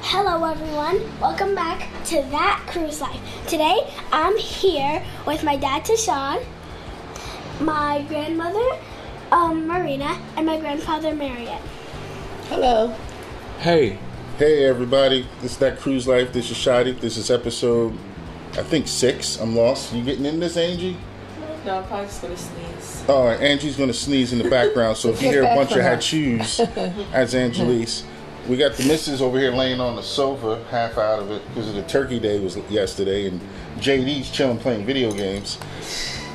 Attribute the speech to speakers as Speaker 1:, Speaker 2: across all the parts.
Speaker 1: Hello, everyone. Welcome back to That Cruise Life. Today, I'm here with my dad, Tashawn, my grandmother, um, Marina, and my grandfather, Marion.
Speaker 2: Hello.
Speaker 3: Hey,
Speaker 4: Hey everybody, this is that cruise life. This is Shadi. This is episode, I think six. I'm lost. You getting in this, Angie?
Speaker 2: No, I'm probably just gonna sneeze.
Speaker 4: Oh, and Angie's gonna sneeze in the background. So if you hear a
Speaker 2: back
Speaker 4: bunch
Speaker 2: from
Speaker 4: of
Speaker 2: her.
Speaker 4: hachus, as Angelise, we got the missus over here laying on the sofa, half out of it because of the turkey day was yesterday, and JD's chilling playing video games.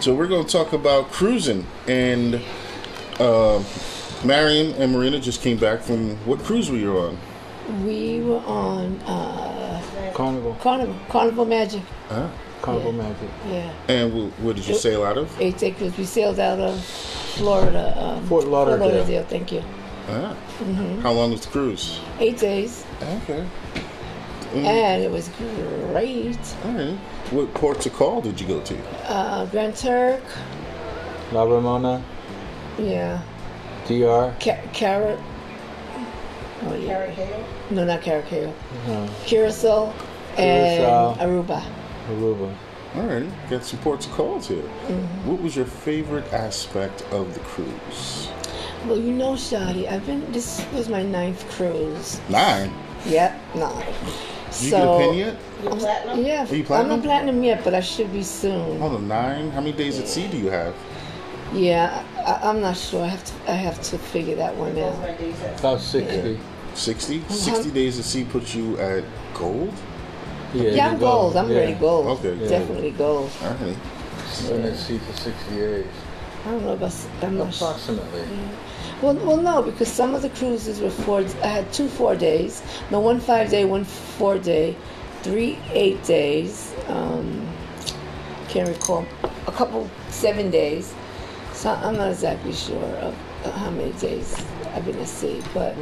Speaker 4: So we're gonna talk about cruising, and uh, Marion and Marina just came back from what cruise were you on?
Speaker 2: We were on uh,
Speaker 3: Carnival,
Speaker 2: Carnival, Carnival Magic.
Speaker 4: Huh?
Speaker 3: Carnival Magic.
Speaker 2: Yeah,
Speaker 4: And wh- what did you sail out of?
Speaker 2: eight because we sailed out of Florida. Um,
Speaker 3: Fort Lauderdale.
Speaker 2: Thank you.
Speaker 4: Ah. How long was the cruise?
Speaker 2: Eight days,
Speaker 4: Okay.
Speaker 2: and it was great.
Speaker 4: All right. What ports of call did you go to?
Speaker 2: Uh, Grand Turk.
Speaker 3: La Ramona,
Speaker 2: Yeah.
Speaker 3: DR.
Speaker 2: Ca- Carrot. Oh, yeah. No, not Caracas.
Speaker 3: No,
Speaker 2: Curacao and
Speaker 3: Curacao.
Speaker 2: Aruba.
Speaker 3: Aruba.
Speaker 4: All right. Got some ports of calls here. What was your favorite aspect of the cruise?
Speaker 2: Well, you know, Shadi, I've been. This was my ninth cruise.
Speaker 4: Nine.
Speaker 2: Yep, nine.
Speaker 4: Did you
Speaker 2: so,
Speaker 4: get a pin yet?
Speaker 2: I'm, platinum? Yeah.
Speaker 4: Are you
Speaker 2: I'm
Speaker 4: platinum?
Speaker 2: not platinum yet, but I should be soon.
Speaker 4: Hold on, nine? How many days at sea do you have?
Speaker 2: Yeah, I, I'm not sure. I have to. I have to figure that one out.
Speaker 3: About 60.
Speaker 4: 60? 60 days at sea puts you at gold?
Speaker 3: Yeah,
Speaker 2: Yeah, I'm
Speaker 3: you
Speaker 2: gold. I'm
Speaker 3: yeah.
Speaker 2: really gold.
Speaker 4: Okay, yeah.
Speaker 2: Definitely gold.
Speaker 4: All right.
Speaker 3: Been at sea for 60 years.
Speaker 2: I don't know about. s- I'm not sure.
Speaker 3: Approximately.
Speaker 2: Mm. Well, well, no, because some of the cruises were four. I had two four days. No, one five day, one four day, three eight days. Um, can't recall. A couple seven days. So I'm not exactly sure of uh, how many days I've been at sea, but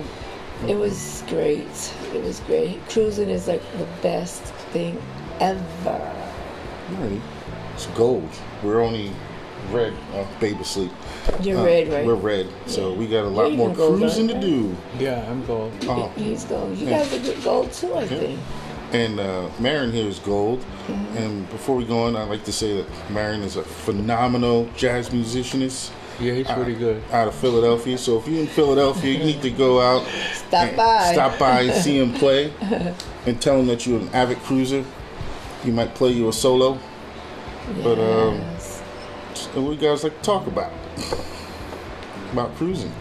Speaker 2: it was great. It was great. Cruising is like the best thing ever.
Speaker 4: All right. It's gold. We're only red. Oh, baby sleep.
Speaker 2: You're
Speaker 4: Uh,
Speaker 2: red, right?
Speaker 4: We're red. So we got a
Speaker 2: You're
Speaker 4: lot
Speaker 2: even
Speaker 4: more
Speaker 2: gold,
Speaker 4: cruising to
Speaker 2: aren't
Speaker 4: do.
Speaker 3: Yeah, I'm gold.
Speaker 4: Oh.
Speaker 2: He's gold. You
Speaker 4: Yeah.
Speaker 2: guys are good gold too, I think.
Speaker 4: And uh, Marin here is gold.
Speaker 2: Mm-hmm.
Speaker 4: And before we go on, I'd like to say that Marin is a phenomenal jazz musicianist
Speaker 3: Yeah,
Speaker 2: Uh.
Speaker 3: he's pretty good.
Speaker 4: out of Philadelphia. So if you're in Philadelphia, you need to go out,
Speaker 2: Stop
Speaker 4: and
Speaker 2: by.
Speaker 4: stop by and see him play, and tell him that you're an avid cruiser. He might play you a solo. But um,
Speaker 2: Yes.
Speaker 4: and what you guys like to talk about about cruising.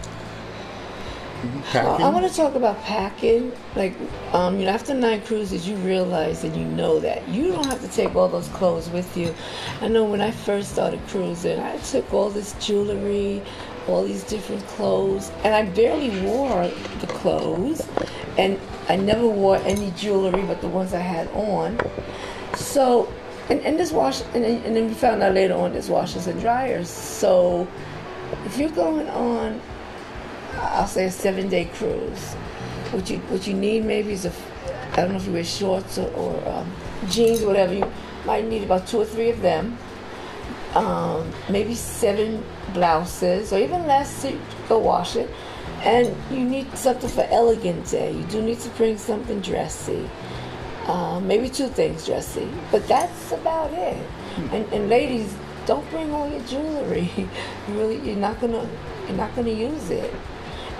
Speaker 4: Mm-hmm.
Speaker 2: Well, I want
Speaker 4: Packing?
Speaker 2: to talk about packing. Like, um, you know, after nine cruises, you realize and you know that you don't have to take all those clothes with you. I know when I first started cruising, I took all this jewelry, all these different clothes, and I barely wore the clothes, and I never wore any jewelry but the ones I had on. So, and, and this wash, and, then- and then we found out later on, there's washers and dryers. So, if you're going on I'll say a seven day cruise. What you what you need maybe is a I don't know if you wear shorts or, or um, jeans, whatever. You might need about two or three of them. Um, maybe seven blouses or even less to go wash it. And you need something for elegant day. You do need to bring something dressy. Uh, maybe two things dressy, but that's about it. And, and ladies, don't bring all your jewelry. You really, you're not gonna, you're not gonna use it.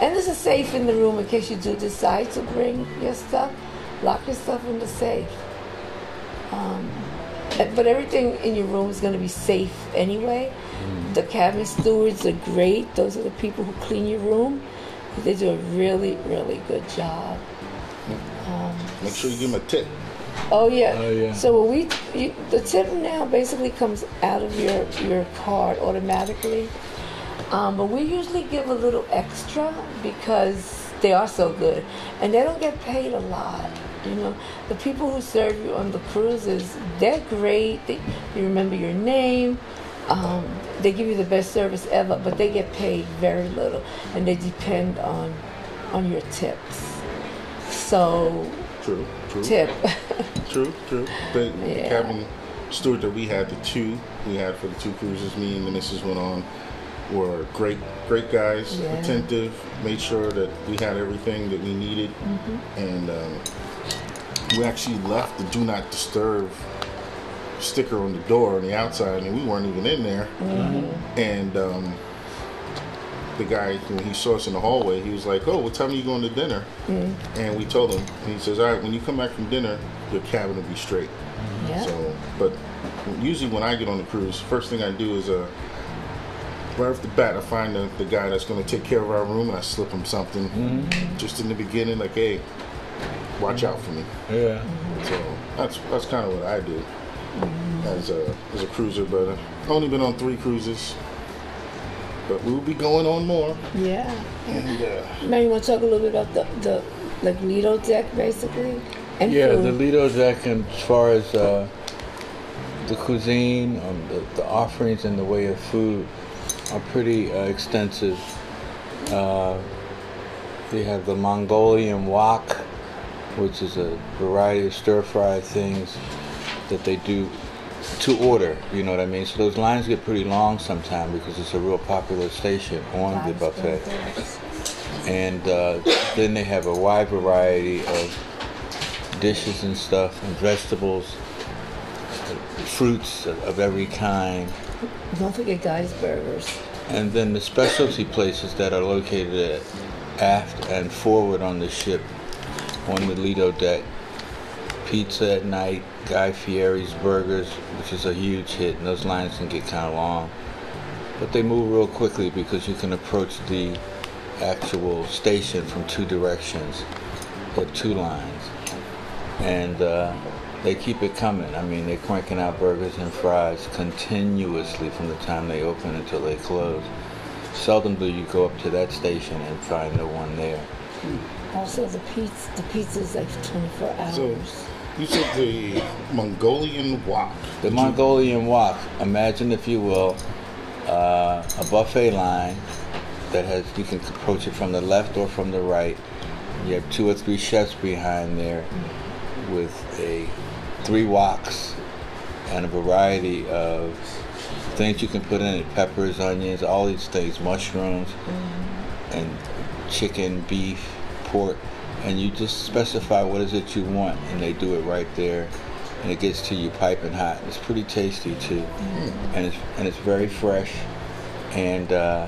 Speaker 2: And there's a safe in the room in case you do decide to bring your stuff. Lock your stuff in the safe. Um, but everything in your room is gonna be safe anyway. The cabin stewards are great. Those are the people who clean your room. They do a really, really good job.
Speaker 4: Make sure you give him a tip.
Speaker 2: Oh yeah.
Speaker 3: Oh, yeah.
Speaker 2: So when we you, the tip now basically comes out of your your card automatically, um, but we usually give a little extra because they are so good, and they don't get paid a lot. You know, the people who serve you on the cruises, they're great. They, you remember your name. Um, they give you the best service ever, but they get paid very little, and they depend on on your tips. So
Speaker 4: True. True.
Speaker 2: tip.
Speaker 4: True, true. But the
Speaker 2: Yeah.
Speaker 4: cabin steward that we had, the two we had for the two cruises, me and the missus went on, were great, great guys,
Speaker 2: Yeah. Mm-hmm.
Speaker 4: attentive, made sure that we had everything that we needed, and um, we actually left the do not disturb sticker on the door on the outside, and we weren't even in there.
Speaker 2: Mm-hmm.
Speaker 4: And um, the guy, when he saw us in the hallway, he was like, "Oh, what time are you going to dinner?" And we told him, and he says, "All right, when you come back from dinner, your cabin will be straight."
Speaker 2: Yeah.
Speaker 4: So, but usually when I get on the cruise, first thing I do is uh, right off the bat, I find the, the guy that's going to take care of our room, and I slip him something
Speaker 2: Mm-hmm.
Speaker 4: just in the beginning, like, "Hey, watch out for me."
Speaker 3: Yeah.
Speaker 4: So that's that's kind of what I do
Speaker 2: Mm-hmm.
Speaker 4: as a as a cruiser, but I've only been on three cruises. But we'll be going on more.
Speaker 2: Yeah.
Speaker 4: And uh,
Speaker 2: Now you want to talk a little bit about the, the like Lido deck, basically, and
Speaker 3: Yeah, the
Speaker 2: food.
Speaker 3: Lido deck, and as far as uh, the cuisine, um, the, the offerings in the way of food are pretty uh, extensive. Uh, they have the Mongolian wok, which is a variety of stir fried things that they do to order, you know what I mean? So those lines get pretty long sometimes because it's a real popular station on the buffet and uh, then they have a wide variety of dishes and stuff and vegetables fruits of, of every kind
Speaker 2: Don't forget guys' burgers.
Speaker 3: and then the specialty places that are located at aft and forward on the ship on the lido deck pizza at night guy fieri's burgers which is a huge hit and those lines can get kind of long but they move real quickly because you can approach the actual station from two directions or two lines and uh, they keep it coming i mean they're cranking out burgers and fries continuously from the time they open until they close seldom do you go up to that station and find no one there
Speaker 2: Also, the pizza. The pizza's like 24 hours.
Speaker 4: so you said the Mongolian wok.
Speaker 3: The Mongolian wok. Imagine, if you will, uh, a buffet line that has you can approach it from the left or from the right. You have two or three chefs behind there with a three woks and a variety of things you can put in it: peppers, onions, all these things, mushrooms, and chicken, beef, pork, and you just specify what is it you want, and they do it right there, and it gets to you piping hot. It's pretty tasty too, and it's and it's very fresh, and. Uh,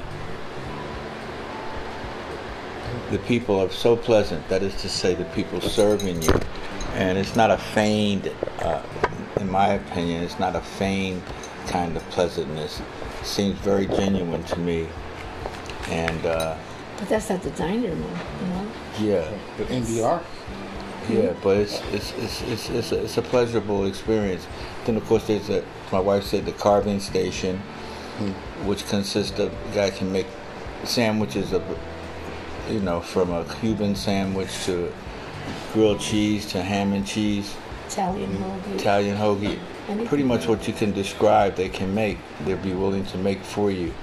Speaker 3: the people are so pleasant. That is to say, the people serving you, and it's not a feigned, uh, in my opinion, it's not a feigned kind of pleasantness. It seems very genuine to me, and uh,
Speaker 2: but that's not the diner room, you know.
Speaker 3: yeah,
Speaker 4: But NBR.
Speaker 3: yeah. But it's it's it's it's it's a, it's a pleasurable experience. Then of course there's a, my wife said the carving station, which consists of the guy can make sandwiches of, you know, from a Cuban sandwich to grilled cheese to ham and cheese.
Speaker 2: Italian
Speaker 3: Mm-hmm.
Speaker 2: movie.
Speaker 3: Italian hoagie. Pretty much what you can describe, they can make. They'll be willing to make for you.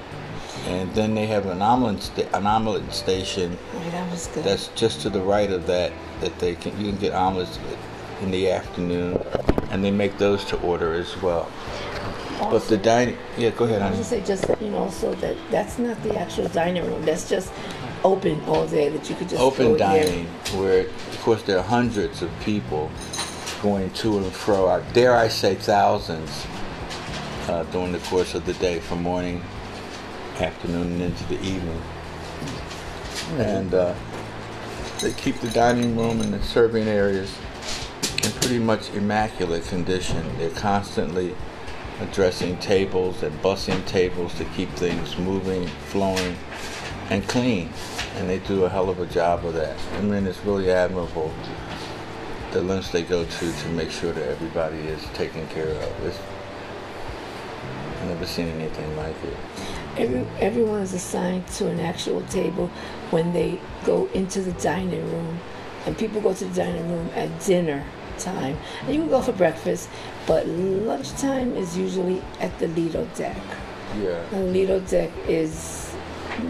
Speaker 3: And then they have an omelet, sta- an omelet station
Speaker 2: Right, Oh, that was good.
Speaker 3: that's just to the right of that. That they can you can get omelets in the afternoon, and they make those to order as well. But the dining, yeah, go ahead,
Speaker 2: I
Speaker 3: honey.
Speaker 2: was gonna say just you know also that that's not the actual dining room. That's just open all day that you could just go
Speaker 3: open
Speaker 2: in there.
Speaker 3: dining where of course there are hundreds of people going to and fro I- dare i say thousands uh, during the course of the day from morning afternoon and into the evening and uh, they keep the dining room and the serving areas in pretty much immaculate condition they're constantly addressing tables and bussing tables to keep things moving flowing and clean. And they do a hell of a job of that. I mean, it's really admirable the lengths they go to to make sure that everybody is taken care of. It's, I've never seen anything like it.
Speaker 2: Every, everyone is assigned to an actual table when they go into the dining room, and people go to the dining room at dinner time. And you can go for breakfast, but lunchtime is usually at the Lido deck. The
Speaker 3: Yeah.
Speaker 2: Lido deck is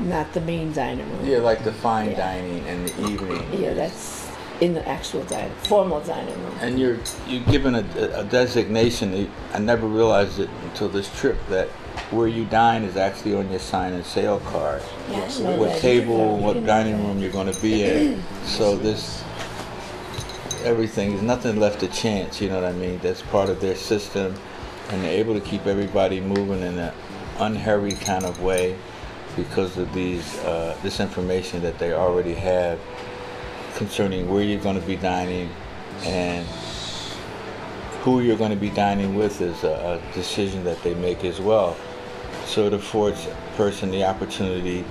Speaker 2: not the main dining room.
Speaker 3: Yeah, like the fine dining and the evening.
Speaker 2: Yeah, that's in the actual dining, formal dining room.
Speaker 3: And you're you're given a, a designation. I never realized it until this trip that where you dine is actually on your sign and sale card.
Speaker 2: Yeah, I know
Speaker 3: what
Speaker 2: that.
Speaker 3: table,
Speaker 2: Yeah, you
Speaker 3: what
Speaker 2: can-
Speaker 3: dining room you're going to be in. so this everything. There's nothing left to chance. You know what I mean? That's part of their system, and they're able to keep everybody moving in an unhurried kind of way because of these uh, this information that they already have concerning where you're going to be dining and who you're going to be dining with is a, a decision that they make as well. So it affords a person the opportunity,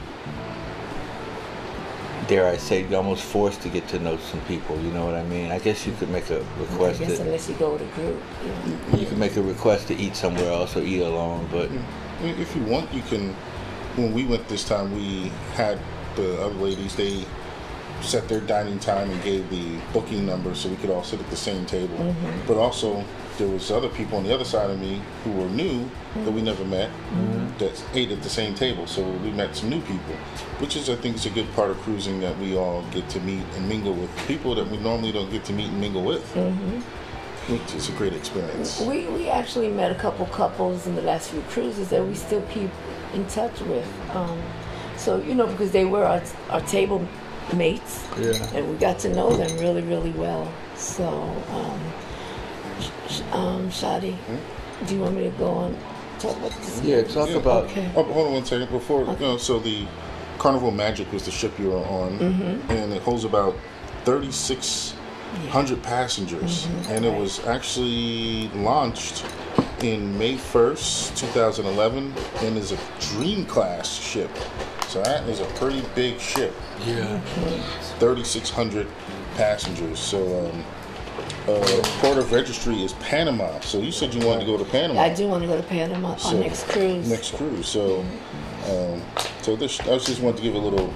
Speaker 3: dare I say, you're almost forced to get to know some people. You know what I mean? I guess you could make a
Speaker 2: I
Speaker 3: request.
Speaker 2: guess
Speaker 3: That,
Speaker 2: unless you go with a group. you know.
Speaker 3: you could make a request to eat somewhere else or eat alone, but
Speaker 2: Mm-hmm.
Speaker 4: I mean, If you want, you can. When we went this time, we had the other ladies. They set their dining time and gave the booking number so we could all sit at the same table. But also, there was other people on the other side of me who were new that we never met that ate at the same table. So we met some new people, which is I think is a good part of cruising that we all get to meet and mingle with people that we normally don't get to meet and mingle with. Which is a great experience.
Speaker 2: We, we actually met a couple couples in the last few cruises that we still keep in touch with. Um, so, you know, because they were our, our table mates.
Speaker 3: Yeah.
Speaker 2: And we got to know them really, really well. So, um, sh- sh- um, Shadi, do you want me to go on? Talk about this?
Speaker 3: Hmm? yeah, talk
Speaker 4: Yeah.
Speaker 3: about
Speaker 2: Okay.
Speaker 4: Oh, hold on one second. Before, you know, so the Carnival Magic was the ship you were on, and it holds about 3,600 passengers. And it was actually launched in May 1st, 2011, and is a dream class ship. So that is a pretty big ship,
Speaker 3: yeah.
Speaker 4: 3,600 passengers. So, um, uh, port of registry is Panama. So you said you wanted to go to Panama
Speaker 2: I do want to go to Panama
Speaker 4: So,
Speaker 2: on next cruise.
Speaker 4: Next cruise. So, um, so this I just wanted to give a little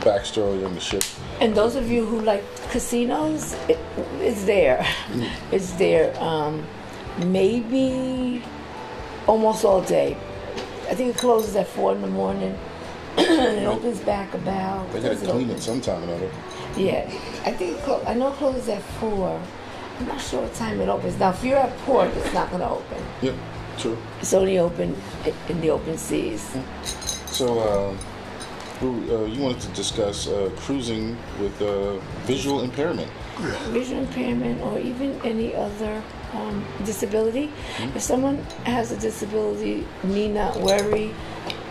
Speaker 4: backstory on the ship.
Speaker 2: And those of you who like casinos, it, it's there.
Speaker 4: Mm.
Speaker 2: It's there. Um, maybe almost all day. I think it closes at four in the morning. and it opens back about.
Speaker 4: They gotta
Speaker 2: does it
Speaker 4: clean
Speaker 2: open?
Speaker 4: it sometime or another.
Speaker 2: Yeah, I think it clo- I know it closes at four. I'm not sure what time it opens. Now, if you're at port, it's not gonna open.
Speaker 4: Yep, true.
Speaker 2: It's only open i- in the open seas.
Speaker 4: So, um, who, uh, you wanted to discuss uh, cruising with uh, visual impairment?
Speaker 2: vision impairment or even any other um, disability. If someone has a disability, need not worry.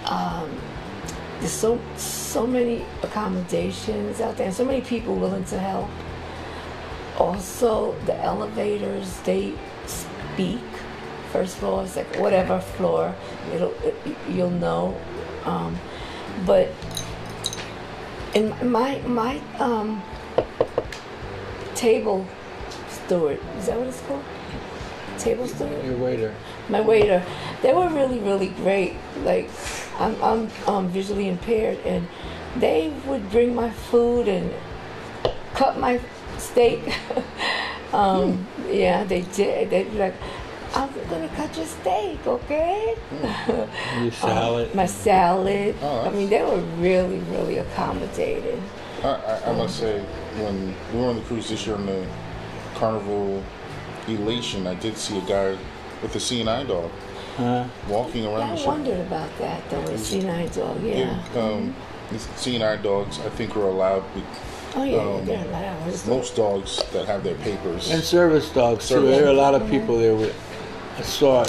Speaker 2: Um, there's so so many accommodations out there, and so many people willing to help. Also, the elevators they speak. First floor, second, whatever floor, it'll it, you'll know. Um, but in my my um, table steward. Is that what it's called? Table steward?
Speaker 3: Your waiter.
Speaker 2: My waiter. They were really, really great. Like, I'm, I'm um, visually impaired, and they would bring my food and cut my steak. um, Yeah, they did. They'd be like, I'm gonna cut your steak, okay?
Speaker 3: Your salad.
Speaker 2: Uh, my salad.
Speaker 4: Oh,
Speaker 2: I mean, they were really, really accommodating.
Speaker 4: I, I, I must say, when we were on the cruise this year on the Carnival Elation, I did see a guy with a CNI dog walking around the
Speaker 2: I
Speaker 4: ship.
Speaker 2: wondered about that, though, with C9 dog, yeah.
Speaker 4: Um, CNI dogs, I think, are allowed. Be-
Speaker 2: Oh yeah,
Speaker 4: Um,
Speaker 2: they're allowed.
Speaker 4: most dogs that have their papers.
Speaker 3: And service dogs too.
Speaker 4: Service.
Speaker 3: There are a lot of people there with. I saw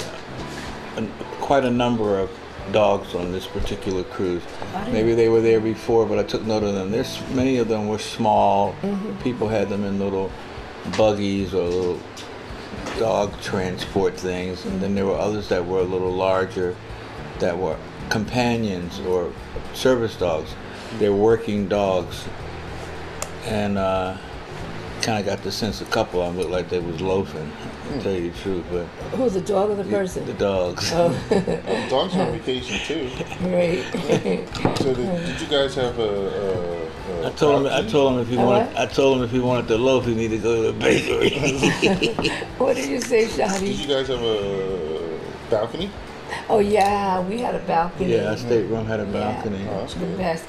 Speaker 3: an, quite a number of dogs on this particular cruise. Maybe they were there before, but I took note of them. There's many of them were small. People had them in little buggies or little dog transport things, and then there were others that were a little larger, that were companions or service dogs. They're working dogs, and. Uh, kind of got the sense a couple of them looked like they was loafing. To tell you the truth, but
Speaker 2: Who the dog or the person?
Speaker 3: the dogs.
Speaker 2: Oh.
Speaker 4: Dogs on vacation too.
Speaker 2: right.
Speaker 4: So did, did you guys have a? a, a
Speaker 3: I told him. I told him if he
Speaker 2: A
Speaker 3: wanted.
Speaker 2: what?
Speaker 3: I told him if he wanted to loaf, he needed to go to the bakery.
Speaker 2: what did you say,
Speaker 4: Did
Speaker 2: Shadi?
Speaker 4: you guys have a balcony?
Speaker 2: Oh yeah, we had a balcony.
Speaker 3: yeah, our stateroom had a balcony.
Speaker 4: Oh, that's
Speaker 2: the
Speaker 4: good.
Speaker 2: best.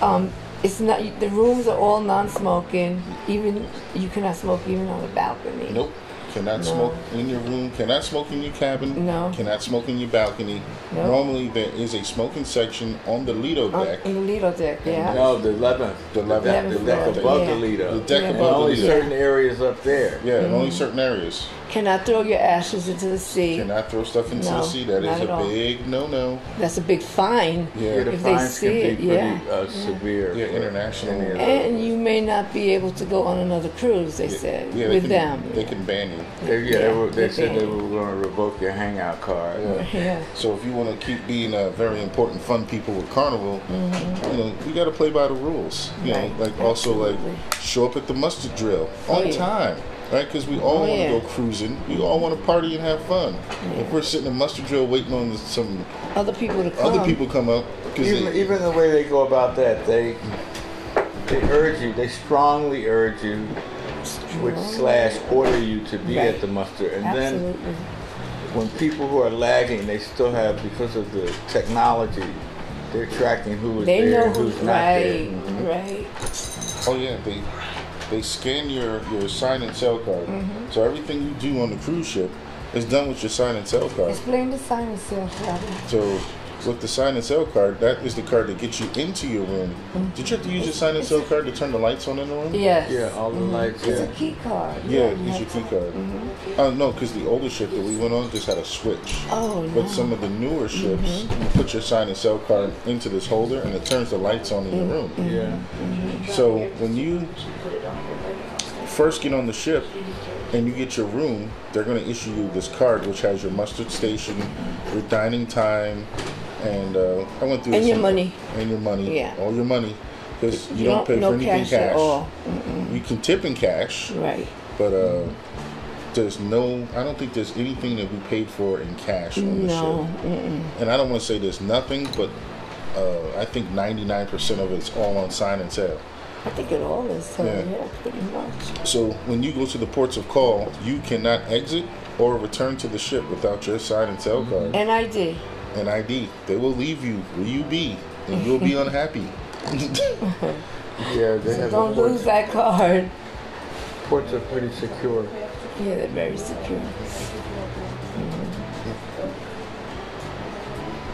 Speaker 2: Um, it's not the rooms are all non-smoking. Even you cannot smoke even on the balcony.
Speaker 4: Nope. Cannot smoke in your room. Cannot smoke in your cabin.
Speaker 2: No.
Speaker 4: Cannot smoke in your balcony.
Speaker 2: No.
Speaker 4: Normally, there is a smoking section on the Lido
Speaker 2: On,
Speaker 4: deck.
Speaker 2: in the Lido deck, yeah.
Speaker 3: No, the 11th.
Speaker 4: The
Speaker 3: deck-
Speaker 4: 11th
Speaker 3: The deck
Speaker 4: floor.
Speaker 3: above
Speaker 2: Yeah.
Speaker 3: the leader.
Speaker 4: The deck
Speaker 2: Yeah. Mm-hmm.
Speaker 3: And
Speaker 4: above the
Speaker 3: only
Speaker 4: Lido.
Speaker 3: certain areas up there.
Speaker 4: yeah, and only certain areas.
Speaker 2: Cannot throw your ashes into the sea.
Speaker 4: Cannot throw stuff into
Speaker 2: No,
Speaker 4: the sea. That
Speaker 2: not
Speaker 4: is
Speaker 2: at
Speaker 4: a
Speaker 2: all.
Speaker 4: big no-no.
Speaker 2: That's a big fine.
Speaker 4: Yeah.
Speaker 3: Yeah, the
Speaker 2: If they
Speaker 3: fines
Speaker 2: see
Speaker 3: can
Speaker 2: it,
Speaker 3: be
Speaker 2: yeah.
Speaker 3: pretty uh, severe.
Speaker 4: Yeah,
Speaker 3: for
Speaker 4: international.
Speaker 3: any of those.
Speaker 2: And you may not be able to go on another cruise, they said,
Speaker 4: Yeah, they
Speaker 2: with
Speaker 4: can,
Speaker 2: them.
Speaker 4: They can ban you.
Speaker 3: They, yeah, they, were, they
Speaker 2: they
Speaker 3: said they
Speaker 2: banned.
Speaker 3: were going to revoke your hangout card.
Speaker 2: Yeah.
Speaker 4: So if you want to keep being uh, very important, fun people with Carnival, you know, you got to play by the rules.
Speaker 2: Mm-hmm.
Speaker 4: You
Speaker 2: Right,
Speaker 4: know, like also
Speaker 2: absolutely.
Speaker 4: like show up at the mustard drill
Speaker 2: Oh,
Speaker 4: on
Speaker 2: yeah.
Speaker 4: time, right? Because we all
Speaker 2: Oh,
Speaker 4: want to
Speaker 2: yeah.
Speaker 4: go cruising. We all want to party and have fun. If we're sitting at mustard drill waiting on some
Speaker 2: Other people to come.
Speaker 4: other people come up, because
Speaker 3: Even, even the way they go about that, they they urge you, they strongly urge you, which slash order you to be
Speaker 2: Right.
Speaker 3: at the muster. And then
Speaker 2: Absolutely.
Speaker 3: when people who are lagging, they still have because of the technology, they're tracking who is
Speaker 2: they
Speaker 3: there,
Speaker 2: know
Speaker 3: and
Speaker 2: who's
Speaker 3: who's not
Speaker 2: right,
Speaker 3: there. Mm-hmm.
Speaker 2: right.
Speaker 4: Oh yeah, they they scan your your sign and sell card.
Speaker 2: Mm-hmm.
Speaker 4: So everything you do on the cruise ship is done with your sign and sell card.
Speaker 2: Explain the sign itself, Robin.
Speaker 4: So with the sign and sell card, that is the card that gets you into your room. Did you have to use your sign and sell card to turn the lights on in the room?
Speaker 2: Yes.
Speaker 3: Yeah, all
Speaker 2: Mm-hmm.
Speaker 3: the lights.
Speaker 2: It's
Speaker 3: Yeah.
Speaker 2: a key card.
Speaker 4: Yeah,
Speaker 2: you
Speaker 4: use your
Speaker 2: have
Speaker 4: key
Speaker 2: to-
Speaker 4: card.
Speaker 2: Mm-hmm.
Speaker 4: Uh, no, because the older ship that we went on just had a switch.
Speaker 2: Oh, no. Mm-hmm.
Speaker 4: But some of the newer ships, you put your sign and sell card into this holder, and it turns the lights on in your room.
Speaker 2: Mm-hmm.
Speaker 3: Yeah.
Speaker 4: So when you first get on the ship and you get your room, they're going to issue you this card which has your mustard station, your dining time, and uh, I went through
Speaker 2: And
Speaker 4: this
Speaker 2: your
Speaker 4: in-
Speaker 2: money.
Speaker 4: and your money,
Speaker 2: Yeah.
Speaker 4: all your money, because you,
Speaker 2: You
Speaker 4: don't,
Speaker 2: don't-
Speaker 4: pay
Speaker 2: no
Speaker 4: for anything
Speaker 2: cash at all.
Speaker 4: You can tip in cash,
Speaker 2: Right.
Speaker 4: but uh, there's no. I don't think there's anything that we paid for in cash on
Speaker 2: No.
Speaker 4: the ship. And I don't want to say there's nothing, but uh, I think 99% of it's all on sign and sale.
Speaker 2: I think it all is. So,
Speaker 4: Yeah.
Speaker 2: yeah. pretty much.
Speaker 4: So when you go to the ports of call, you cannot exit or return to the ship without your sign and tail card
Speaker 2: And I did.
Speaker 3: Mm-hmm.
Speaker 4: and ID. They will leave you where you be, and you'll be unhappy.
Speaker 3: Yeah, they have the
Speaker 2: Don't lose
Speaker 3: ports,
Speaker 2: that card.
Speaker 3: ports are pretty secure.
Speaker 2: Yeah, they're very secure.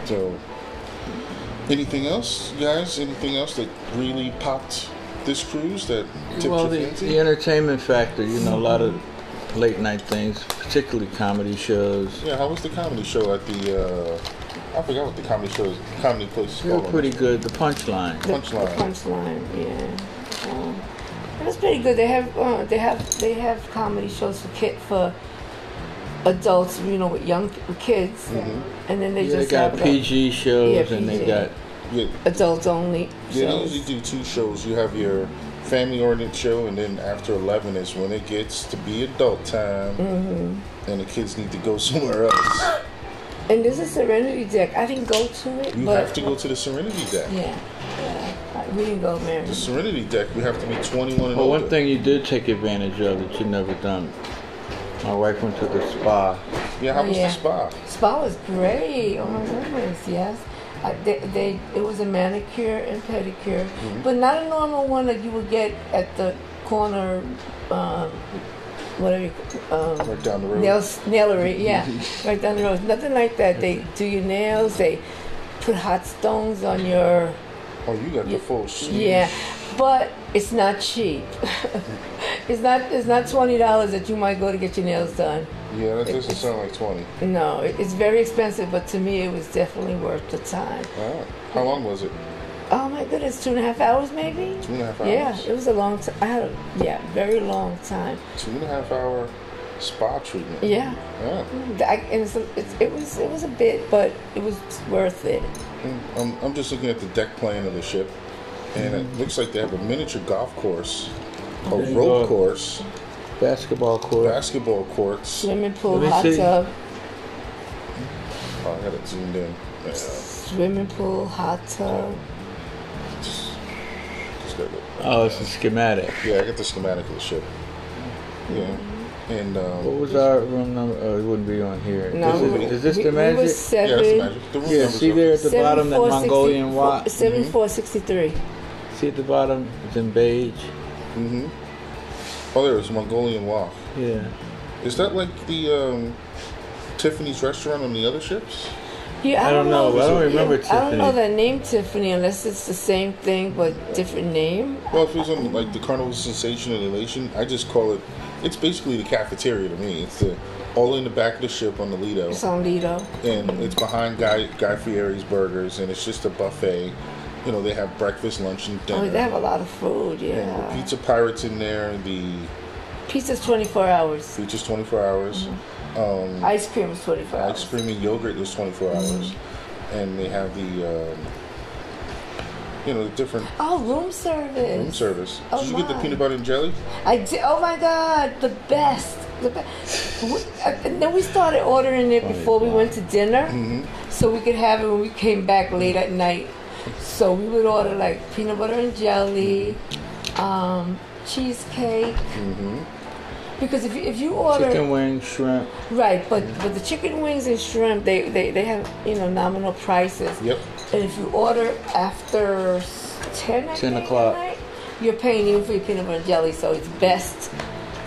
Speaker 4: so, anything else, guys? Anything else that really popped this cruise that tipped
Speaker 3: well,
Speaker 4: your
Speaker 3: the,
Speaker 4: fancy?
Speaker 3: the entertainment factor, you know, a lot of late night things, particularly comedy shows.
Speaker 4: yeah, how was the comedy show at the? Uh, I forgot what the comedy show is. Comedy place. is
Speaker 3: They were
Speaker 4: called.
Speaker 3: pretty good. The punchline.
Speaker 4: Punchline.
Speaker 2: Punchline, yeah. Um, it was pretty good. They have uh, they have they have comedy shows for kid for adults, you know, with young with kids,
Speaker 4: Mm-hmm.
Speaker 2: and then they
Speaker 3: Yeah, they
Speaker 2: just
Speaker 3: got
Speaker 2: have the
Speaker 3: PG shows
Speaker 2: Yeah,
Speaker 3: and they
Speaker 2: PG.
Speaker 3: got
Speaker 4: Yeah,
Speaker 2: adults only.
Speaker 4: Yeah, they
Speaker 2: shows.
Speaker 4: usually do two shows. You have your family ordinance show, and then after 11 is when it gets to be adult time,
Speaker 2: Mm-hmm.
Speaker 4: and the kids need to go somewhere else.
Speaker 2: And this is Serenity Deck. I didn't go to it,
Speaker 4: You
Speaker 2: but
Speaker 4: have to go to the Serenity Deck.
Speaker 2: yeah, yeah. we didn't go, Mary.
Speaker 4: The Serenity Deck, you have to be 21 and
Speaker 3: Well,
Speaker 4: older.
Speaker 3: one thing you did take advantage of that you never done. My wife went to the spa.
Speaker 4: Yeah, how
Speaker 2: Oh,
Speaker 4: was
Speaker 2: yeah.
Speaker 4: the spa?
Speaker 2: Spa was great. Oh my goodness, yes. I, they, they, it was a manicure and pedicure, but not a normal one that you would get at the corner, um, whatever, you- um,
Speaker 4: Right down the road.
Speaker 2: nail nailery. Yeah, right down the road. Nothing like that. They do your nails. They put hot stones on your.
Speaker 4: Oh, you got the full suite.
Speaker 2: Yeah, but it's not cheap. it's not. It's not twenty dollars that you might go to get your nails done.
Speaker 4: Yeah, that doesn't sound like 20.
Speaker 2: No, it- it's very expensive, but to me, it was definitely worth the time.
Speaker 4: All right. How long was it?
Speaker 2: Oh my goodness, two and a half hours maybe?
Speaker 4: Two and a half hours.
Speaker 2: Yeah, it was a long time. I had a yeah, very long time.
Speaker 4: Two and a half hour spa treatment.
Speaker 2: Yeah,
Speaker 4: Yeah.
Speaker 2: I, and it's, it's, it was it was a bit, but it was worth it.
Speaker 4: Mm, I'm, I'm just looking at the deck plan of the ship, and it looks like they have a miniature golf course, a
Speaker 3: you go.
Speaker 4: rope course,
Speaker 3: Basketball court.
Speaker 4: basketball courts.
Speaker 2: Swimming pool,
Speaker 3: Let me
Speaker 2: hot
Speaker 3: see.
Speaker 2: tub,
Speaker 4: Oh, I got it zoomed in. Yeah, just
Speaker 2: swimming pool, hot tub.
Speaker 4: got it.
Speaker 3: Oh, it's a schematic.
Speaker 4: Yeah, I got the schematic of the ship. Yeah, and
Speaker 3: What
Speaker 4: um,
Speaker 3: was our room number? Oh, it wouldn't be on here.
Speaker 2: No,
Speaker 3: This is, is this
Speaker 2: we,
Speaker 3: the
Speaker 2: we
Speaker 3: magic?
Speaker 2: was
Speaker 4: yeah,
Speaker 2: seven.
Speaker 4: that's the magic. The room
Speaker 3: Yeah,
Speaker 4: numbers
Speaker 3: see
Speaker 4: are-
Speaker 3: there at the
Speaker 2: seven,
Speaker 3: bottom that
Speaker 2: four, sixty-
Speaker 3: Mongolian mm-hmm.
Speaker 2: four-
Speaker 3: watch.
Speaker 2: Seven four sixty three.
Speaker 3: See at the bottom, it's in beige.
Speaker 4: Oh, there is Mongolian Walk.
Speaker 3: Yeah.
Speaker 4: Is that like the um, Tiffany's restaurant on the other ships?
Speaker 2: Yeah,
Speaker 3: I don't know. I don't remember
Speaker 2: I don't know
Speaker 3: Tiffany.
Speaker 2: that name Tiffany unless it's the same thing but different name.
Speaker 4: Well, if it was on like the Carnival Sensation and Elation, I just call it. It's basically the cafeteria to me. It's the all in the back of the ship on the Lido,
Speaker 2: It's on Lido.
Speaker 4: and it's behind Guy Guy Fieri's Burgers, and it's just a buffet. You know, they have breakfast, lunch, and dinner.
Speaker 2: Oh, they have a lot of food.
Speaker 4: And the
Speaker 2: Yeah,
Speaker 4: Pizza Pirates in there. The
Speaker 2: pizza's 24 hours.
Speaker 4: pizza's 24 hours.
Speaker 2: Mm-hmm.
Speaker 4: Um,
Speaker 2: Ice cream is 24
Speaker 4: ice
Speaker 2: hours.
Speaker 4: cream and yogurt is 24
Speaker 2: Mm-hmm.
Speaker 4: hours, and they have the um, you know the different
Speaker 2: Oh, room service.
Speaker 4: room service. Did
Speaker 2: Oh,
Speaker 4: you get the
Speaker 2: my.
Speaker 4: peanut butter and jelly?
Speaker 2: I did. Oh my God, the best. The best. And then we started ordering
Speaker 4: Oh,
Speaker 2: it before we went to dinner,
Speaker 4: Mm-hmm.
Speaker 2: so we could have it when we came back late at night. So we would order like peanut butter and jelly,
Speaker 4: Mm-hmm.
Speaker 2: um, cheesecake. Because if you, if you order
Speaker 3: Chicken wings, shrimp.
Speaker 2: right, but
Speaker 4: Mm-hmm.
Speaker 2: but the chicken wings and shrimp they, they, they have you know nominal prices.
Speaker 4: Yep.
Speaker 2: And if you order after s- 10, I
Speaker 3: 10
Speaker 2: think, at
Speaker 3: o'clock.
Speaker 2: night, you're paying even for your peanut butter and jelly, so it's best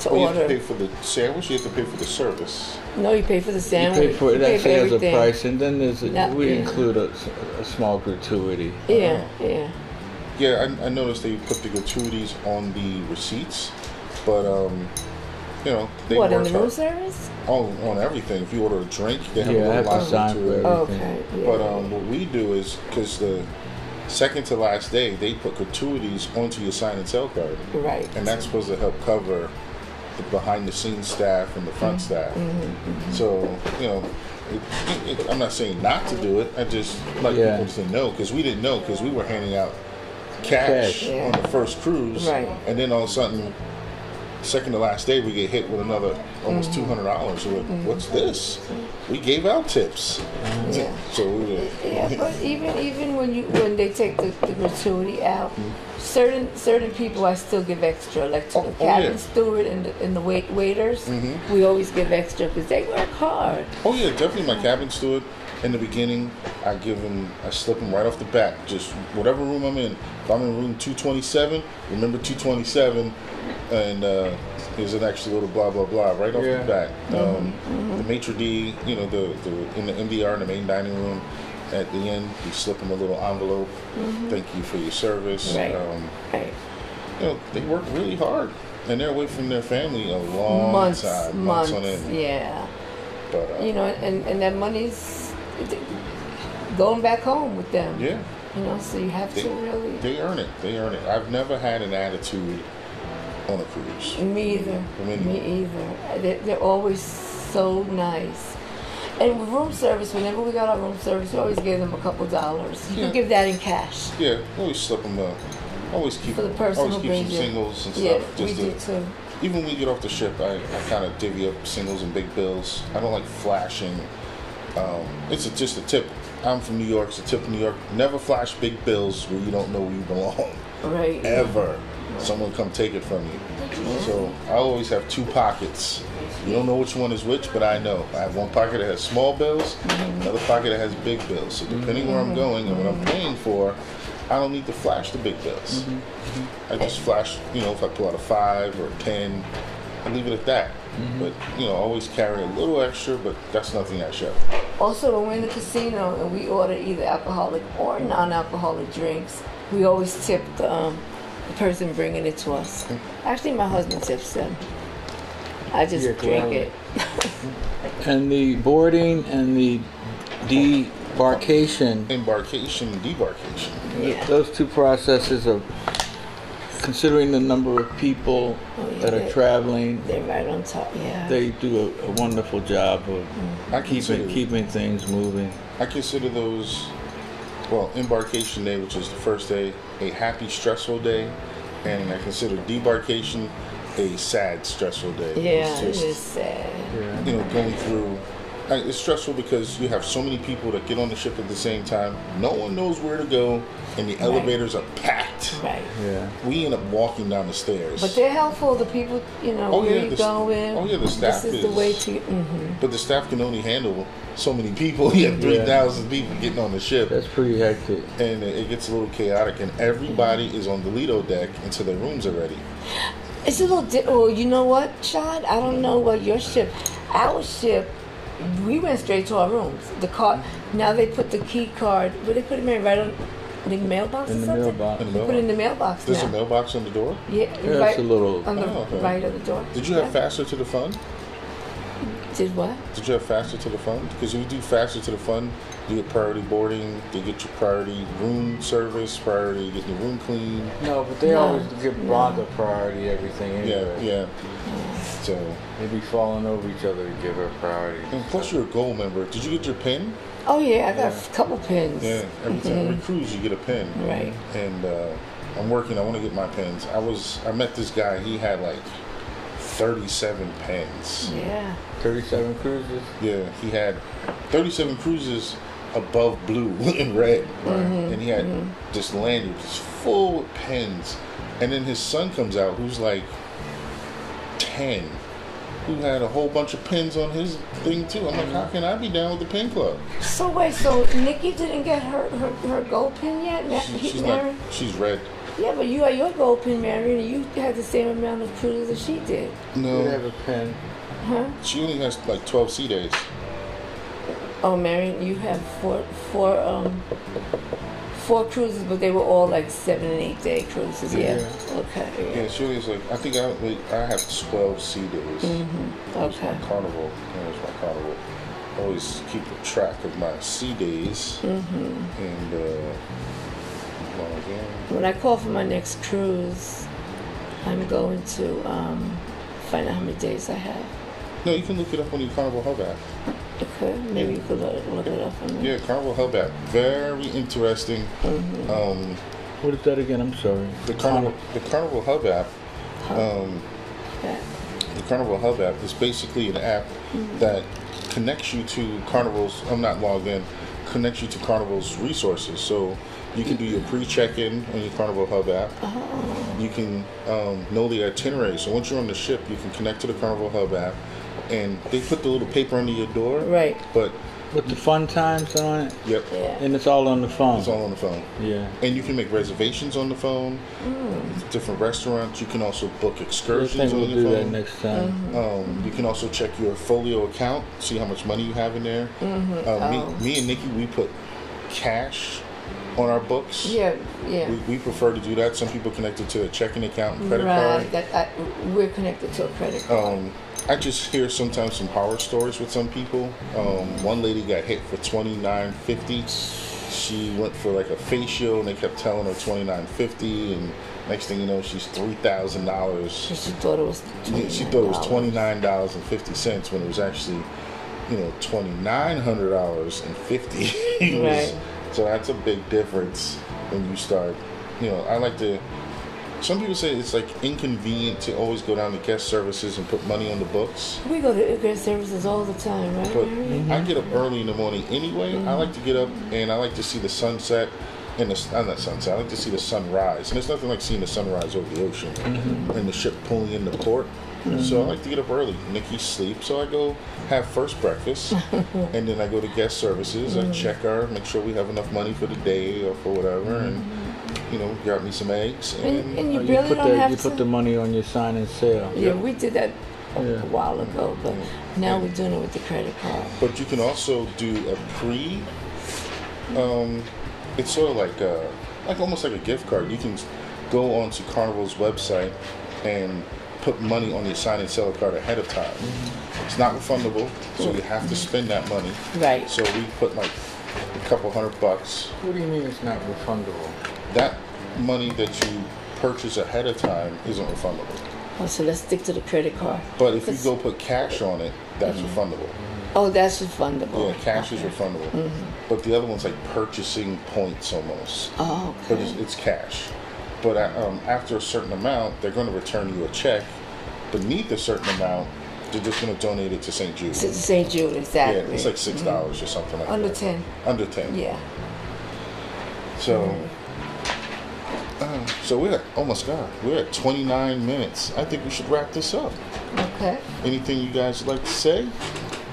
Speaker 2: to
Speaker 4: Well, you have to
Speaker 2: order.
Speaker 4: pay for the sandwich. You have to pay for the service.
Speaker 2: no, you pay for the
Speaker 3: You
Speaker 2: sandwich.
Speaker 3: pay for it.
Speaker 2: pay
Speaker 3: Actually, has a
Speaker 2: everything.
Speaker 3: price, and then there's
Speaker 2: Yeah.
Speaker 3: a, we include a, s- a small gratuity.
Speaker 2: Yeah, yeah.
Speaker 4: Yeah, I, I noticed they put the gratuities on the receipts, but um, you know they
Speaker 2: what, in
Speaker 4: work
Speaker 2: the room
Speaker 4: hard-
Speaker 2: service?
Speaker 4: on on everything. If you order a drink, they have
Speaker 3: Yeah, I
Speaker 4: a
Speaker 3: have
Speaker 4: little
Speaker 3: to sign
Speaker 4: line
Speaker 3: for
Speaker 4: to it.
Speaker 3: everything.
Speaker 2: Okay. Yeah.
Speaker 4: But um, what we do is because the second to last day they put gratuities onto your sign and sell card,
Speaker 2: right.
Speaker 4: and that's supposed to help cover the behind the scenes staff and the front staff. So you know. It, it, it- I'm not saying not to do it. I just like
Speaker 3: Yeah.
Speaker 4: people to know because we didn't know because we were handing out cash,
Speaker 3: Cash.
Speaker 4: on the first cruise,
Speaker 2: Right.
Speaker 4: and then all of a sudden, second to last day, we get hit with another almost two hundred dollars. We're like, what's this? We gave out tips,
Speaker 2: Yeah.
Speaker 4: so we were,
Speaker 2: Yeah, but even even when you when they take the, the gratuity out, certain certain people I still give extra, like to
Speaker 4: Mm.
Speaker 2: the
Speaker 4: Oh, oh, yeah. Mm-hmm.
Speaker 2: cabin steward and the, and the wait waiters. We always give extra because they work hard.
Speaker 4: Oh yeah, definitely my cabin steward. In the beginning, I give him, I slip him right off the bat. Just whatever room I'm in. If I'm in room 227, remember 227, and uh, there's an extra little blah blah blah right off
Speaker 3: Yeah.
Speaker 4: the bat. Um,
Speaker 2: Mm-hmm.
Speaker 4: The maitre d, you know, the, the in the MDR in the main dining room. At the end, you slip him a little envelope. Thank you for your service.
Speaker 2: Mm-hmm. Right.
Speaker 4: Um,
Speaker 2: Right.
Speaker 4: you know, they work really hard, and they're away from their family a long
Speaker 2: months,
Speaker 4: time,
Speaker 2: months,
Speaker 4: uh, on end.
Speaker 2: yeah.
Speaker 4: But uh,
Speaker 2: You know, and and that money's going back home with them.
Speaker 4: yeah.
Speaker 2: You know, so you have to really.
Speaker 4: They earn it. They earn it. I've never had an attitude on a cruise.
Speaker 2: Me either.
Speaker 4: Me neither.
Speaker 2: Me either. They're, they're always so nice. And with room service, whenever we got our room service, we always gave them a couple dollars. You
Speaker 4: Yeah.
Speaker 2: can give that in cash.
Speaker 4: Yeah, always slip them up. Always keep
Speaker 2: For the person
Speaker 4: always
Speaker 2: who
Speaker 4: keep some
Speaker 2: brings it.
Speaker 4: singles and
Speaker 2: Yeah,
Speaker 4: stuff.
Speaker 2: we
Speaker 4: Just
Speaker 2: do
Speaker 4: to,
Speaker 2: too.
Speaker 4: even when we get off the ship, I, I kind of divvy up singles and big bills. I don't like flashing. Um, it's a, just a tip. I'm from New York. It's a tip of New York. Never flash big bills where you don't know where you belong.
Speaker 2: Right.
Speaker 4: ever someone come take it from you. So I always have two pockets. You don't know which one is which, but I know. I have one pocket that has small bills, another pocket that has big bills. So depending where I'm going and what I'm paying for, I don't need to flash the big bills. I just flash, you know, if I pull out a five or a ten, I leave it at that. But you know, I always carry a little extra, but that's nothing I show.
Speaker 2: Also, when we're in the casino and we order either alcoholic or non-alcoholic drinks, we always tip the, um, the person bringing it to us. Actually, my husband tips them. I just
Speaker 3: Yeah,
Speaker 2: drink
Speaker 3: correct.
Speaker 2: it.
Speaker 3: And the boarding and the debarkation,
Speaker 4: Embarkation, and debarkation.
Speaker 2: Yeah.
Speaker 3: those two processes of considering the number of people
Speaker 2: Oh,
Speaker 3: that are traveling,
Speaker 2: They're right on top. Yeah.
Speaker 3: they do a, a wonderful job
Speaker 2: Mm.
Speaker 3: of
Speaker 4: I
Speaker 3: keeping
Speaker 4: consider-
Speaker 3: keeping things moving.
Speaker 4: I consider those, well, embarkation day, which is the first day, a happy, stressful day, and I consider debarkation a sad, stressful day.
Speaker 2: yeah. It's
Speaker 4: It's just,
Speaker 2: just sad.
Speaker 4: you know, going through. I- It's stressful because you have so many people that get on the ship at the same time. No one knows where to go, and the elevators are packed.
Speaker 2: Right.
Speaker 3: Yeah.
Speaker 4: We end up walking down the stairs.
Speaker 2: But they're helpful. The people, you know,
Speaker 4: Oh,
Speaker 2: where
Speaker 4: yeah,
Speaker 2: you
Speaker 4: the-
Speaker 2: going?
Speaker 4: oh, yeah, the staff
Speaker 2: This is, the
Speaker 4: is-
Speaker 2: way to. hmm
Speaker 4: But the staff can only handle so many people. You have 3,000 people getting on the ship.
Speaker 3: That's pretty hectic.
Speaker 2: Mm-hmm.
Speaker 4: and it it gets a little chaotic, and everybody is on the Lido deck into their rooms already.
Speaker 2: It's a little. Di- well, you know what, Shad? I don't know what your ship. Our ship, we went straight to our rooms. The car. Now they put the key card. Where they put it in right on the mailbox
Speaker 3: In
Speaker 2: or
Speaker 3: the
Speaker 2: something?
Speaker 3: mailbox.
Speaker 4: In the
Speaker 2: They put it in the mailbox
Speaker 4: There's
Speaker 2: now.
Speaker 4: a mailbox on the door.
Speaker 2: yeah,
Speaker 3: Yeah,
Speaker 2: right
Speaker 3: it's a little-
Speaker 2: on the
Speaker 4: Oh, okay.
Speaker 2: right of the door.
Speaker 4: Did you have
Speaker 2: Yeah.
Speaker 4: faster to the fund?
Speaker 2: Did what?
Speaker 4: Did you have faster to the fund? Because we do faster to the fund. You get priority boarding. They get your priority room service. Priority getting the room clean.
Speaker 5: No, but they
Speaker 2: No.
Speaker 5: always give Rhonda priority everything
Speaker 4: Yeah,
Speaker 5: anyway.
Speaker 4: yeah. So,
Speaker 5: They'd be falling over each other to give her priority.
Speaker 4: and plus you're a gold member. Did you get your pin?
Speaker 2: Oh yeah, I got a couple pins.
Speaker 4: Yeah. Every time every cruise, you get a pin.
Speaker 2: Right.
Speaker 4: and uh, I'm working. I want to get my pens. I was I met this guy. He had like 37 pens.
Speaker 2: Yeah.
Speaker 5: 37 cruises.
Speaker 4: Yeah, he had 37 cruises above blue and red,
Speaker 2: Mm-hmm.
Speaker 4: and he had this lanyard just full with pens. And then his son comes out, who's like 10, who had a whole bunch of pens on his thing too. I'm like, how can I be down with the pen club?
Speaker 2: So wait, so Nikki didn't get her her, her gold pin yet? Ma-
Speaker 4: She-
Speaker 2: he-
Speaker 4: she's
Speaker 2: Mary?
Speaker 4: not. She's red.
Speaker 2: Yeah, but you got your gold pin, Mary, and you had the same amount of cruises that she did.
Speaker 4: No,
Speaker 5: They'd have a pen.
Speaker 4: she only has like 12 C days.
Speaker 2: Oh, Mary, you have four four um four cruises, but they were all like seven and eight day cruises. Yeah. Okay.
Speaker 4: Yeah, she was like, I think I like, I have 12 C days.
Speaker 2: Okay.
Speaker 4: Carnival, that was my carnival. I always keep a track of my C days. And, uh, well, yeah.
Speaker 2: When I call for my next cruise, I'm going to um find out how many days I have.
Speaker 4: No, you can look it up on your Carnival Hub app.
Speaker 2: Okay. Maybe you could look, look it up for me.
Speaker 4: Yeah, Carnival Hub app. Very interesting. Um,
Speaker 3: What is that again? I'm sorry.
Speaker 4: the, Carnival, the Carnival Hub app
Speaker 2: Okay.
Speaker 4: The Carnival Hub app is basically an app that connects you to Carnival's. I'm not logged in. Connects you to Carnival's resources, so you can do your pre-check-in on your Carnival Hub app. You can um, know the itinerary. So once you're on the ship, you can connect to the Carnival Hub app, and they put the little paper under your door.
Speaker 2: Right.
Speaker 4: But
Speaker 3: With the fun times on it,
Speaker 4: yep,
Speaker 2: Yeah.
Speaker 3: and it's all on the phone.
Speaker 4: it's all on the phone.
Speaker 3: yeah.
Speaker 4: And you can make reservations on the phone. Different restaurants. You can also book
Speaker 3: I
Speaker 4: excursions
Speaker 3: think
Speaker 4: on
Speaker 3: we'll
Speaker 4: your
Speaker 3: do
Speaker 4: phone.
Speaker 3: that next time.
Speaker 2: Uh-huh.
Speaker 4: Um, you can also check your folio account, see how much money you have in there.
Speaker 2: Mm-hmm.
Speaker 4: Uh, me,
Speaker 2: Oh.
Speaker 4: me and Nikki, we put cash on our books.
Speaker 2: Yeah. Yeah.
Speaker 4: We, we prefer to do that. Some people connect it to a checking account and credit
Speaker 2: Right.
Speaker 4: card.
Speaker 2: That I, we're connected to a credit card.
Speaker 4: Um, I just hear sometimes some horror stories with some people. Um, one lady got hit for twenty nine fifty. She went for like a facial, and they kept telling her twenty nine fifty, and next thing you know, she's three thousand dollars.
Speaker 2: She thought it was.
Speaker 4: Yeah, she thought it was
Speaker 2: $29.
Speaker 4: twenty nine dollars and fifty cents when it was actually, you know, twenty nine hundred dollars and fifty.
Speaker 2: Right.
Speaker 4: So that's a big difference when you start. You know, I like to. Some people say it's like inconvenient to always go down to guest services and put money on the books.
Speaker 2: We go to Uber services all the time, right?
Speaker 4: But
Speaker 2: Mary?
Speaker 4: I get up early in the morning anyway. I like to get up and I like to see the sunset. And the s- uh, not sunset. I like to see the sunrise. And there's nothing like seeing the sunrise over the ocean and the ship pulling into port. So I like to get up early. Nikki sleeps, so I go have first breakfast, and then I go to guest services. I check our, make sure we have enough money for the day or for whatever, and you know, grab me some eggs.
Speaker 2: and,
Speaker 4: And,
Speaker 2: and you
Speaker 3: Uh,
Speaker 2: really
Speaker 3: put
Speaker 2: don't
Speaker 3: the
Speaker 2: have
Speaker 3: you
Speaker 2: to.
Speaker 3: put the money on your sign and sale.
Speaker 2: yeah, we did that a
Speaker 3: Yeah.
Speaker 2: while ago, but now we're doing it with the credit card.
Speaker 4: but you can also do a pre um, it's sort of like uh like almost like a gift card. You can go onto Carnival's website and put money on your sign and seller card ahead of time. It's not refundable, so you have to spend that money.
Speaker 2: Right.
Speaker 4: So we put like a couple hundred bucks.
Speaker 5: What do you mean it's not refundable?
Speaker 4: That money that you purchase ahead of time isn't refundable.
Speaker 2: Oh, so let's stick to the credit card.
Speaker 4: But if you go put cash on it, that's refundable.
Speaker 2: Oh, that's refundable.
Speaker 4: Yeah, cash is refundable.
Speaker 2: Mm-hmm.
Speaker 4: But the other one's like purchasing points almost.
Speaker 2: Oh,
Speaker 4: but
Speaker 2: okay.
Speaker 4: it's, it's cash. But uh, um, after a certain amount, they're going to return you a check. Beneath a certain amount, they're just going to donate it to St. Jude's.
Speaker 2: To St. Jude,
Speaker 4: yeah,
Speaker 2: exactly.
Speaker 4: it's like six dollars or something like
Speaker 2: Mm-hmm. Under
Speaker 4: that.
Speaker 2: 10.
Speaker 4: Under ten.
Speaker 2: yeah.
Speaker 4: So,
Speaker 2: Mm-hmm.
Speaker 4: uh, so we're at, oh my god, we're at twenty nine minutes. I think we should wrap this up.
Speaker 2: Okay.
Speaker 4: Anything you guys would like to say?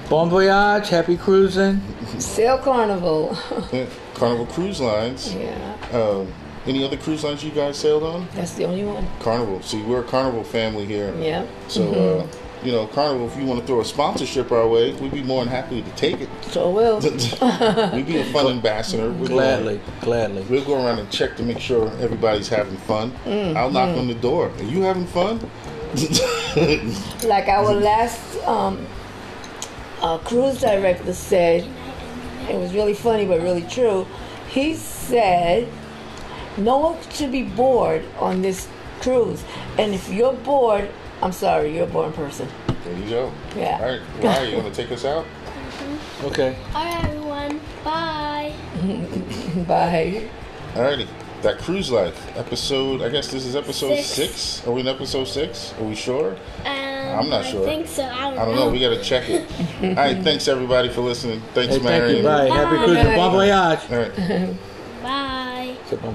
Speaker 3: Bon voyage, happy cruising.
Speaker 2: Sail Carnival.
Speaker 4: Yeah, Carnival Cruise Uh, Lines.
Speaker 2: yeah.
Speaker 4: Um, Any other cruise lines you guys sailed on?
Speaker 2: That's the only one.
Speaker 4: Carnival. See, we're a Carnival family here.
Speaker 2: Yeah. Mm-hmm.
Speaker 4: So, uh, you know, Carnival, if you want to throw a sponsorship our way, we'd be more than happy to take it.
Speaker 2: So well.
Speaker 4: we'd be a fun ambassador. We'd go-
Speaker 3: Gladly, gladly.
Speaker 4: We'll go around and check to make sure everybody's having fun.
Speaker 2: Mm-hmm.
Speaker 4: I'll knock on the door. Are you having fun?
Speaker 2: like our last um, uh, cruise director said, it was really funny but really true. He said, no one should be bored on this cruise, and if you're bored, I'm sorry, you're a boring person.
Speaker 4: there you go.
Speaker 2: Yeah.
Speaker 4: All right. Why are you going to take us out?
Speaker 3: Okay.
Speaker 1: All right, everyone. Bye.
Speaker 2: Bye.
Speaker 4: Alrighty. That cruise life episode. I guess this is episode
Speaker 1: Six.
Speaker 4: six. Are we in episode six? Are we sure?
Speaker 1: Um,
Speaker 4: I'm not sure.
Speaker 1: I think so. I don't,
Speaker 4: I don't know. We got to check it. All right. Thanks everybody for listening. Thanks,
Speaker 3: Hey, thank
Speaker 4: Marion.
Speaker 3: you. Bye. Happy
Speaker 1: Bye.
Speaker 3: cruising. Bon voyage.
Speaker 4: All right.
Speaker 1: Bye.
Speaker 3: C'est bon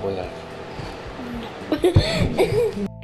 Speaker 3: voyage.
Speaker 1: No.